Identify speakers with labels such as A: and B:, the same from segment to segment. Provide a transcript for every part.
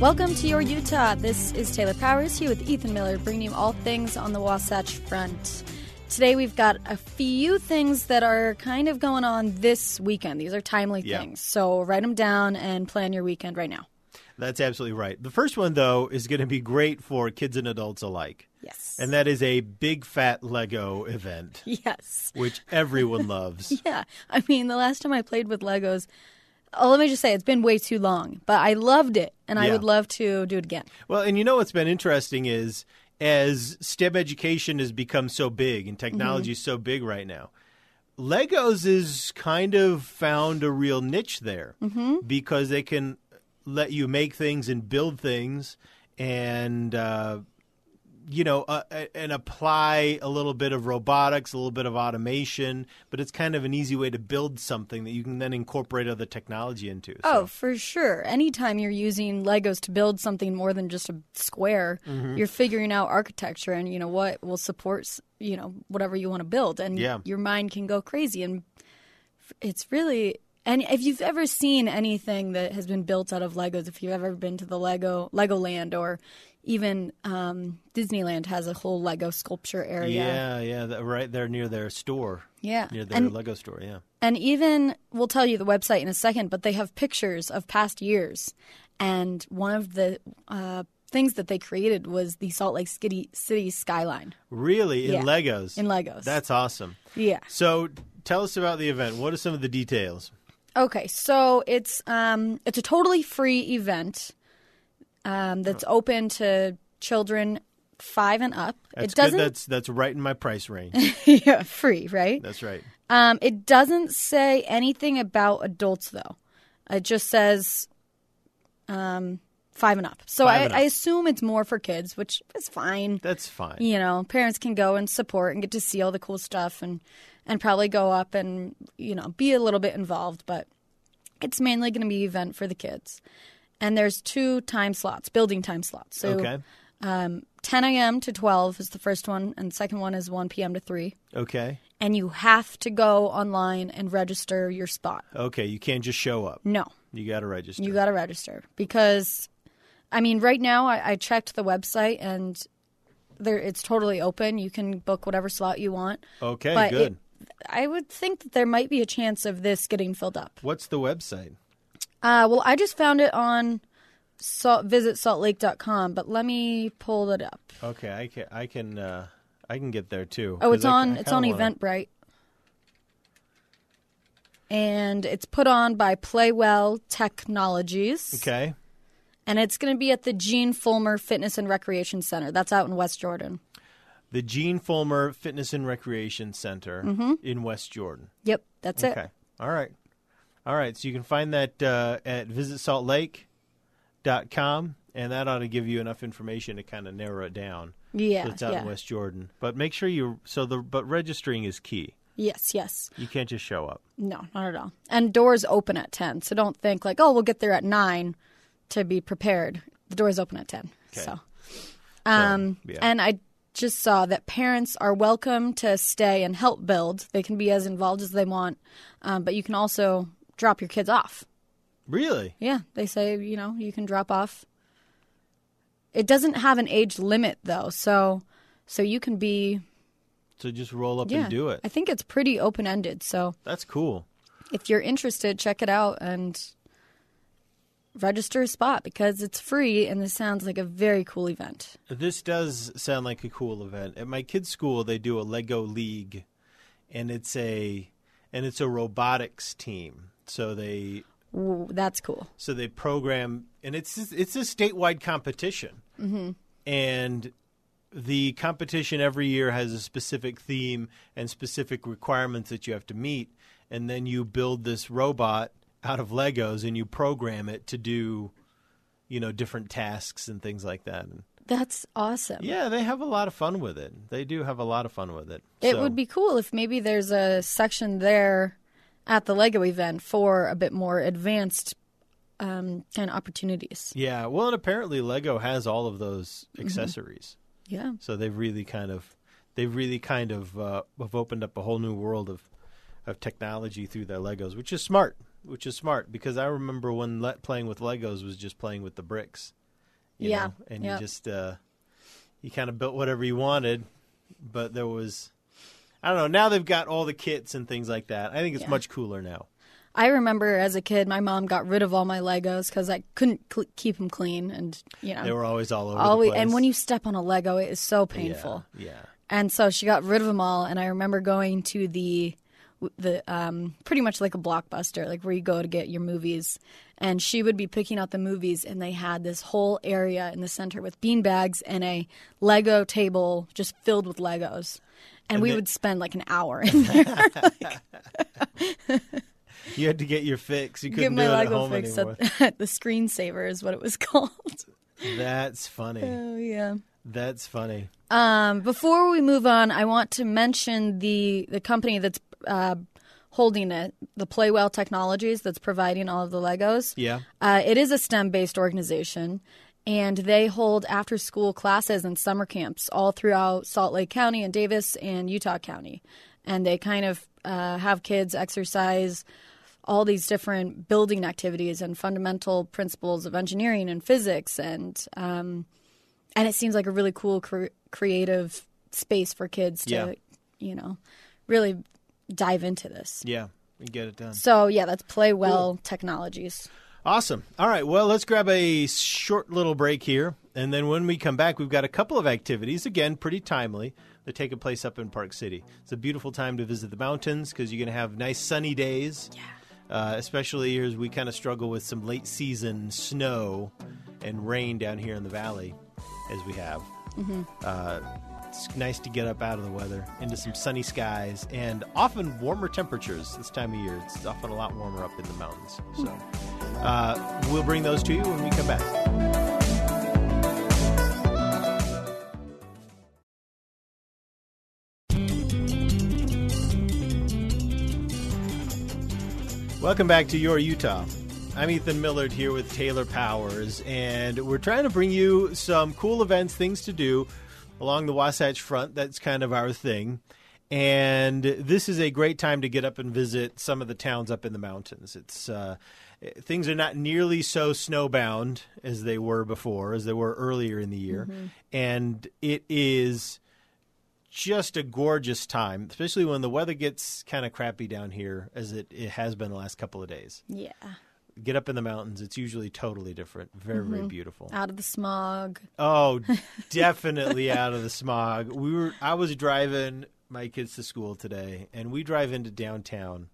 A: Welcome to Your Utah. This is Taylor Powers here with Ethan Miller, bringing you all things on the Wasatch Front. Today we've got a few things that are kind of going on this weekend. These are timely
B: Yeah.
A: things, so write them down and plan your weekend right now.
B: That's absolutely right. The first one, though, is going to be great for kids and adults alike.
A: Yes.
B: And that is a big fat Lego event,
A: yes.
B: which everyone loves.
A: Yeah. I mean, the last time I played with Legos, oh, let me just say it's been way too long, but I loved it, and I
B: Yeah.
A: would love to do it again.
B: Well, and you know what's been interesting is as STEM education has become so big and technology is so big right now, Legos is kind of found a real niche there because they can let you make things and build things and uh, you know uh, and apply a little bit of robotics, a little bit of automation, but it's kind of an easy way to build something that you can then incorporate other technology into. So-
A: Oh, for sure. Anytime you're using Legos to build something more than just a square,
B: Mm-hmm.
A: you're figuring out architecture and you know what will support s- you know whatever you want to build, and
B: Yeah.
A: your mind can go crazy. And f- it's really and if you've ever seen anything that has been built out of Legos, if you've ever been to the Lego Legoland or even um, Disneyland has a whole Lego sculpture area.
B: Yeah, yeah, that, right there near their store.
A: Yeah.
B: Near their
A: And-
B: Lego store, yeah.
A: And even, we'll tell you the website in a second, but they have pictures of past years. And one of the uh, things that they created was the Salt Lake City, City skyline
B: Really? In
A: Yeah.
B: Legos?
A: in Legos.
B: That's awesome.
A: yeah.
B: So tell us about the event. What are some of the details?
A: Okay, so it's um, it's a totally free event um, that's
B: Oh.
A: open to children five and up.
B: That's
A: it doesn't
B: good. That's that's right in my price range.
A: yeah, free, right?
B: That's right.
A: Um, it doesn't say anything about adults though. It just says um, five and up. So
B: Five
A: I,
B: and up.
A: I assume it's more for kids, which is fine.
B: That's fine.
A: You know, parents can go and support and get to see all the cool stuff and and probably go up and you know be a little bit involved, but it's mainly going to be an event for the kids. And there's two time slots, building time slots. So
B: Okay.
A: 10 a.m. to 12 is the first one, and the second one is 1 p.m. to 3
B: Okay.
A: and you have to go online and register your spot.
B: Okay. You can't just show up.
A: No,
B: You got to register.
A: you got to register because, I mean, right now I, I checked the website and there it's totally open. You can book whatever slot you want.
B: okay.
A: but
B: good.
A: it- I would think that there might be a chance of this getting filled up.
B: What's the website?
A: Uh, well, I just found it on salt, visit saltlake.com, but let me pull it up.
B: Okay. I can. I can. Uh, I can get there too.
A: Oh,
B: 'cause
A: it's
B: I-
A: on
B: I
A: it's on
B: kinda wanna-
A: Eventbrite. And it's put on by Playwell Technologies.
B: Okay.
A: And it's going to be at the Gene Fulmer Fitness and Recreation Center. That's out in West Jordan.
B: The Gene Fulmer Fitness and Recreation Center
A: Mm-hmm.
B: in West Jordan.
A: Yep, that's
B: Okay.
A: it.
B: All right. All right. So you can find that uh, at visitsaltlake.com, and that ought to give you enough information to kind of narrow it down.
A: Yeah.
B: So it's out
A: yeah.
B: in West Jordan, but make sure you. So the but registering is key.
A: Yes, yes.
B: You can't just show up.
A: No, not at all. And doors open at 10. So don't think like, "Oh, we'll get there at 9 to be prepared." The doors open at 10.
B: Okay.
A: So Um,
B: yeah.
A: And I just saw that parents are welcome to stay and help build. They can be as involved as they want, um, but you can also drop your kids off.
B: Really?
A: Yeah, they say, you know, you can drop off. It doesn't have an age limit though, so so you can be
B: So just roll up
A: yeah,
B: and do
A: I
B: it.
A: think it's pretty open ended, so
B: That's cool.
A: if you're interested, check it out and register a spot because it's free and this sounds like a very cool event.
B: This does sound like a cool event. At my kids' school, they do a Lego League, and it's a and it's a robotics team. So they
A: Ooh, that's cool.
B: So they program, and it's it's a statewide competition,
A: Mm-hmm.
B: and the competition every year has a specific theme and specific requirements that you have to meet, and then you build this robot out of Legos and you program it to do, you know, different tasks and things like that. And
A: That's awesome.
B: yeah, they have a lot of fun with it. They do have a lot of fun with it.
A: It
B: So-
A: would be cool if maybe there's a section there at the Lego event for a bit more advanced um, kind of opportunities.
B: Yeah, well, and apparently Lego has all of those
A: Mm-hmm.
B: accessories.
A: Yeah.
B: So they've really kind of they've really kind of uh, have opened up a whole new world of of technology through their Legos, which is smart. Which is smart because I remember when le- playing with Legos was just playing with the bricks. you
A: Yeah,
B: know, and
A: yeah.
B: you just uh, you kind of built whatever you wanted, but there was I don't know. Now they've got all the kits and things like that. I think it's much cooler now.
A: I remember as a kid, my mom got rid of all my Legos because I couldn't cl- keep them clean, and you know,
B: They were always all over
A: always.
B: the place.
A: And when you step on a Lego, it is so
B: Yeah,
A: painful.
B: yeah.
A: And so she got rid of them all, and I remember going to the the um, pretty much like a blockbuster, like where you go to get your movies. And she would be picking out the movies, and they had this whole area in the center with beanbags and a Lego table just filled with Legos. And, we
B: they-
A: would spend like an hour in there.
B: You had to get your fix. You
A: Get
B: couldn't do
A: my
B: it at
A: Lego
B: home
A: fix
B: anymore.
A: at, at the screensaver is what it was called.
B: That's funny.
A: Oh yeah.
B: That's funny.
A: Um, before we move on, I want to mention the the company that's uh, holding it, the Playwell Technologies, that's providing all of the Legos.
B: Yeah.
A: Uh, it is a STEM based organization, and they hold after school classes and summer camps all throughout Salt Lake County and Davis and Utah County. And they kind of uh, have kids exercise all these different building activities and fundamental principles of engineering and physics and um, and it seems like a really cool cre- creative space for kids to
B: Yeah.
A: you know really dive into this
B: Yeah. We get it done.
A: so yeah that's play well technologies
B: Awesome. All right. Well, let's grab a short little break here. And then when we come back, we've got a couple of activities, again, pretty timely, that take place up in Park City. It's a beautiful time to visit the mountains because you're going to have nice sunny days. Yeah. Uh, especially here as we kind of struggle with some late season snow and rain down here in the valley, as we have. Uh, it's nice to get up out of the weather into some sunny skies and often warmer temperatures this time of year. It's often a lot warmer up in the mountains. So uh, we'll bring those to you when we come back. Welcome back to Your Utah. I'm Ethan Millard here with Taylor Powers, and we're trying to bring you some cool events, things to do along the Wasatch Front. That's kind of our thing. And this is a great time to get up and visit some of the towns up in the mountains. It's uh, things are not nearly so snowbound as they were before, as they were earlier in the year, and it is just a gorgeous time, especially when the weather gets kind of crappy down here, as it, it has been the last couple of days.
A: yeah
B: Get up in the mountains, it's usually totally different. Very, very beautiful.
A: out of the smog
B: Oh, definitely out of the smog. We were I was driving my kids to school today and we drive into downtown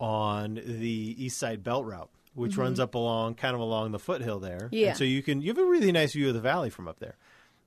B: on the east side belt route, which runs up along kind of along the foothill there. And
A: Yeah.
B: so you can you have a really nice view of the valley from up there.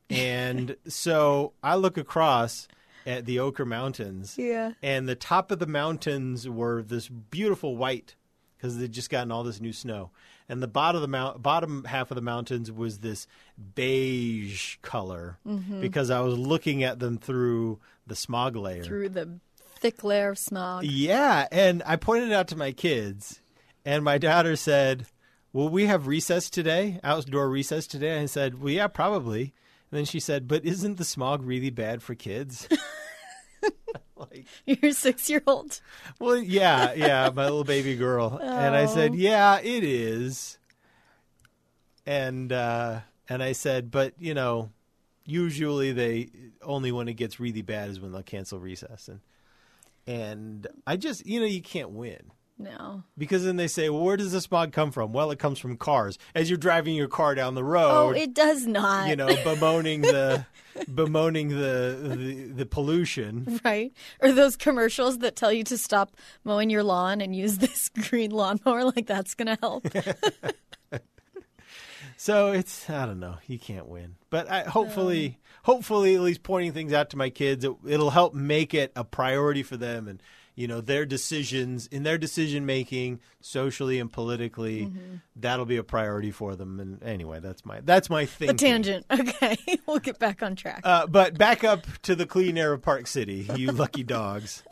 B: And so I look across at the Ochre Mountains.
A: Yeah.
B: And the top of the mountains were this beautiful white because they'd just gotten all this new snow. And the bottom of the mount, bottom half of the mountains was this beige color because I was looking at them through the smog layer.
A: through the thick layer of smog
B: Yeah, and I pointed it out to my kids, and my daughter said, "Will we have recess today? Outdoor recess today?" And I said, "Well, yeah, probably." And then she said, "But isn't the smog really bad for kids?" like,
A: your six year old
B: well, yeah, yeah, my little baby girl. And I said, "Yeah, it is." And uh, and I said, "But you know, usually they only when it gets really bad is when they'll cancel recess." And and I just you know you can't win
A: no
B: because then they say, "Well, where does the smog come from?" Well, it comes from cars. As you're driving your car down the
A: oh
B: road,
A: it does not
B: you know, bemoaning the bemoaning the the, the pollution.
A: right or those commercials that tell you to stop mowing your lawn and use this green lawnmower like that's gonna help
B: So it's I don't know. You can't win, but I, hopefully, hopefully at least pointing things out to my kids, it, it'll help make it a priority for them. And you know their decisions in their decision making socially and politically
A: Mm-hmm.
B: that'll be a priority for them and anyway that's my that's my thing
A: A tangent. Okay, we'll get back on track.
B: uh, but back up to the clean air of Park City, you lucky dogs.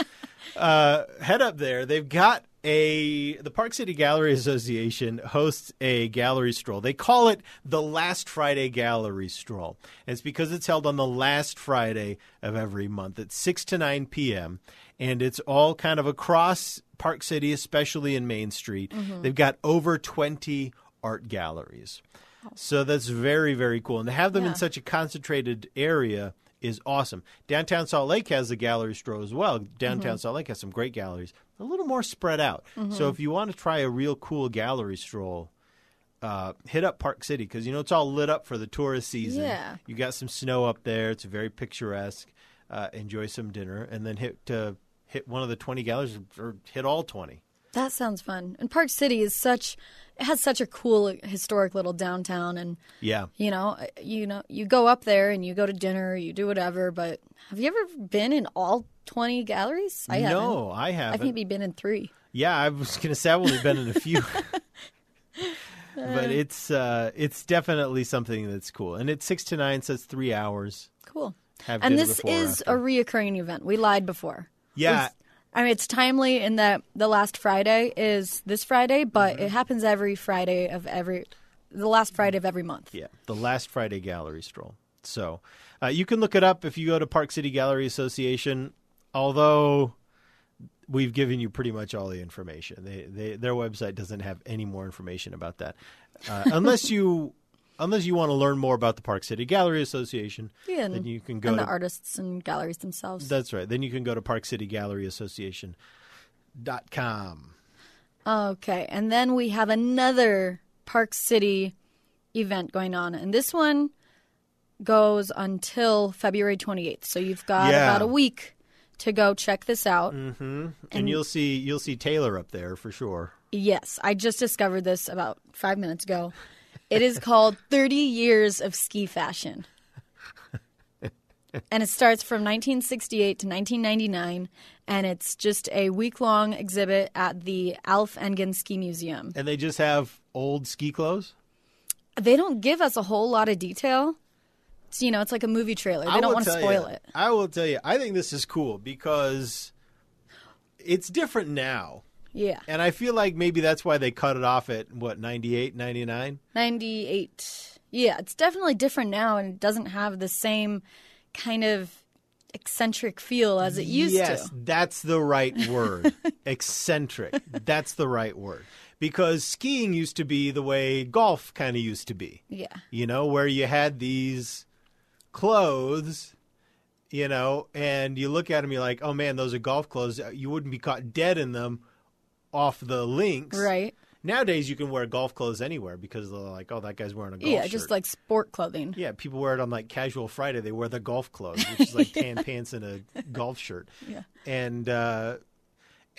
B: Uh, head up there. They've got a the Park City Gallery Association hosts a gallery stroll. They call it the Last Friday Gallery Stroll. And it's because it's held on the last Friday of every month at six to nine p.m. and it's all kind of across Park City, especially in Main Street. They've got over twenty art galleries. So that's very, very cool. And to have them in such a concentrated area is awesome. Downtown Salt Lake has a gallery stroll as well.
A: Mm-hmm.
B: Downtown Salt Lake has some great galleries, a little more spread out. So if you want to try a real cool gallery stroll, uh, hit up Park City because you know it's all lit up for the tourist season.
A: Yeah.
B: You got some snow up there. It's very picturesque. Uh, enjoy some dinner and then hit uh, hit one of the twenty galleries or hit all twenty.
A: That sounds fun. And Park City is such it has such a cool historic little downtown and
B: Yeah.
A: you know, uh, you know, you go up there and you go to dinner, you do whatever, but have you ever been in all 20 galleries? I haven't.
B: no, I haven't.
A: I've maybe been in 3.
B: Yeah, I was going to say I've only been in a few, but it's uh, it's definitely something that's cool. And it's six to nine, so it's three hours.
A: Cool.
B: Have
A: and
B: dinner
A: this
B: before or
A: is a
B: after.
A: reoccurring event. We lied before.
B: Yeah,
A: I mean, it's timely in that the last Friday is this Friday, but
B: Mm-hmm.
A: it happens every Friday of every the last Friday of every month.
B: yeah, the last Friday gallery stroll. So uh, you can look it up if you go to Park City Gallery Association. Although we've given you pretty much all the information, they, they their website doesn't have any more information about that, uh, unless you. Unless you want to learn more about the Park City Gallery Association,
A: Yeah, and-
B: then you can go
A: and
B: to
A: the artists and galleries themselves.
B: That's right. Then you can go to parkcitygalleryassociation.com.
A: Okay, and then we have another Park City event going on, and this one goes until February 28th. So you've got
B: Yeah.
A: about a week to go check this out.
B: And you'll see you'll see Taylor up there for sure.
A: Yes, I just discovered this about five minutes ago. It is called 30 Years of Ski Fashion. And it starts from 1968 to 1999, and it's just a week long exhibit at the Alf Engen Ski Museum.
B: And they just have old ski clothes.
A: they don't give us a whole lot of detail. It's, you know, it's like a movie trailer. They
B: I
A: don't
B: will
A: want to
B: tell
A: spoil
B: you-
A: it.
B: I will tell you. I think this is cool because it's different now.
A: Yeah.
B: And I feel like maybe that's why they cut it off at what 98, 99?
A: 98. Yeah, it's definitely different now and it doesn't have the same kind of eccentric feel as it used
B: yes,
A: to.
B: that's the right word. Eccentric. That's the right word. Because skiing used to be the way golf kind of used to be.
A: Yeah.
B: you know, where you had these clothes, you know, and you look at them, you're like, oh man, those are golf clothes. Uh, You wouldn't be caught dead in them off the links.
A: Right.
B: Nowadays, you can wear golf clothes anywhere because they're like, oh, that guy's wearing a golf
A: yeah,
B: shirt.
A: just like sport clothing.
B: Yeah, people wear it on like casual Friday. They wear their golf clothes, which is like tan pants and a golf shirt. Yeah. And uh,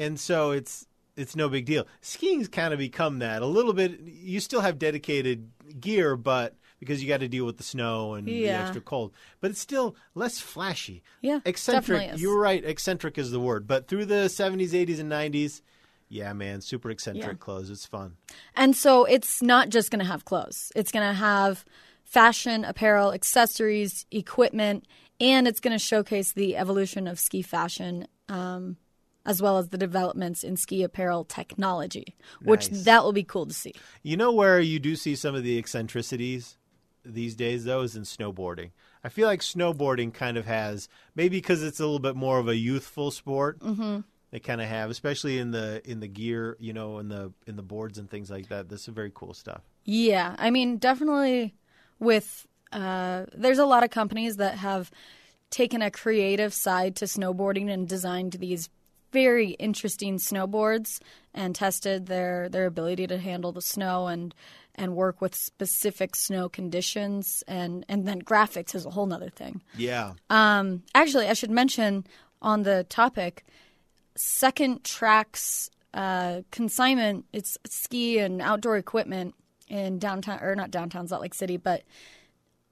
B: and so it's it's no big deal. Skiing's kind of become that a little bit. You still have dedicated gear, but because you got to deal with the snow and the
A: Yeah.
B: extra cold, but it's still less flashy.
A: Yeah,
B: eccentric.
A: definitely is.
B: You're right. Eccentric is the word. But through the 70s, 80s, and 90s, yeah, man, super eccentric
A: Yeah.
B: clothes. It's fun.
A: And so it's not just going to have clothes. It's going to have fashion, apparel, accessories, equipment, and it's going to showcase the evolution of ski fashion, um, as well as the developments in ski apparel technology, which
B: Nice.
A: that will be cool to see.
B: You know where you do see some of the eccentricities these days, though, is in snowboarding. I feel like snowboarding kind of has maybe because it's a little bit more of a youthful sport. Mm-hmm. They kind of have, especially in the in the gear, you know, in the in the boards and things like that. This is very cool stuff.
A: Yeah, I mean, definitely with uh, there's a lot of companies that have taken a creative side to snowboarding and designed these very interesting snowboards and tested their their ability to handle the snow and and work with specific snow conditions and and then graphics is a whole nother thing.
B: Yeah,
A: Um, actually, I should mention on the topic, Second Tracks uh, consignment. It's ski and outdoor equipment in downtown, or not downtown Salt Lake City, but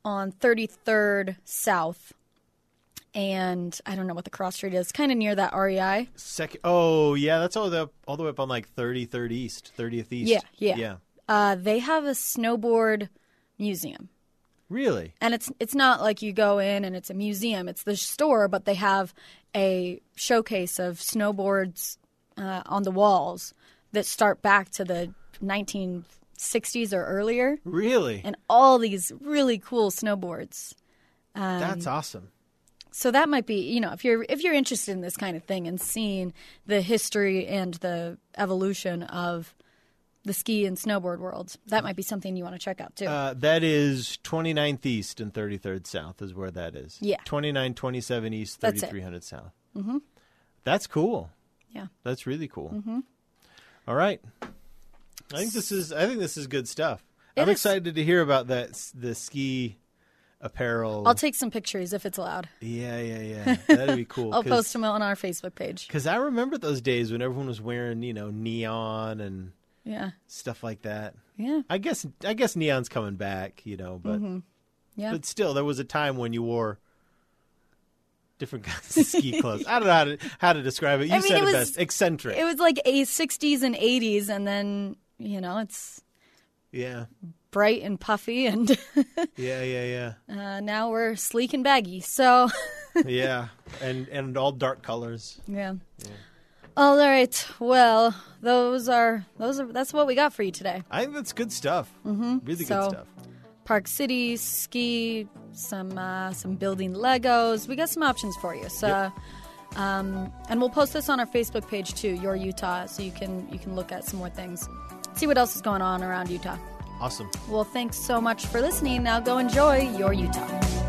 A: on 33rd South and I don't know what the cross street is, kind of near that E REI.
B: Second, oh yeah, that's all the all the way up on like 33rd East, 30th East.
A: Yeah, yeah.
B: yeah.
A: Uh, they have a snowboard museum.
B: Really?
A: and it's it's not like you go in and it's a museum it's the store but they have a showcase of snowboards uh, on the walls that start back to the 1960s or earlier
B: Really?
A: and all these really cool snowboards
B: that's awesome.
A: so that might be you know if you're if you're interested in this kind of thing and seeing the history and the evolution of the ski and snowboard worlds that might be something you want to check out too
B: Uh, that is 29th East and 33rd South is where that is.
A: Yeah.
B: 29, 27 East,
A: That's it.
B: 3300 South. Mm-hmm. That's cool.
A: Yeah.
B: That's really cool. Mm-hmm. right. I think this is I think this is good stuff.
A: It
B: I'm
A: is.
B: excited to hear about that s- the ski apparel.
A: i'll take some pictures if it's allowed
B: yeah, yeah, yeah. That'd be cool.
A: i'll post them on our facebook page
B: Because I remember those days when everyone was wearing, you know, neon and
A: yeah
B: stuff like that.
A: Yeah,
B: I guess I guess neon's coming back, you know, but
A: Mm-hmm. yeah.
B: but still, there was a time when you wore different kinds of ski clothes. I don't know how to how to describe it. You
A: I mean,
B: said
A: it
B: it,
A: was-
B: best. Eccentric.
A: it was like a 60s and 80s, and then you know it's
B: yeah,
A: bright and puffy, and
B: yeah, yeah,
A: uh, now we're sleek and baggy. So
B: yeah, yeah, and and all dark colors.
A: yeah. All right. Well, those are those are that's what we got for you today.
B: I think that's good stuff. Mm-hmm. Really
A: So-
B: good stuff.
A: Park City ski, some uh, some building Legos. We got some options for you. So. Um, and we'll post this on our Facebook page too, Your Utah, so you can you can look at some more things, see what else is going on around Utah.
B: Awesome.
A: Well, thanks so much for listening. Now go enjoy your Utah.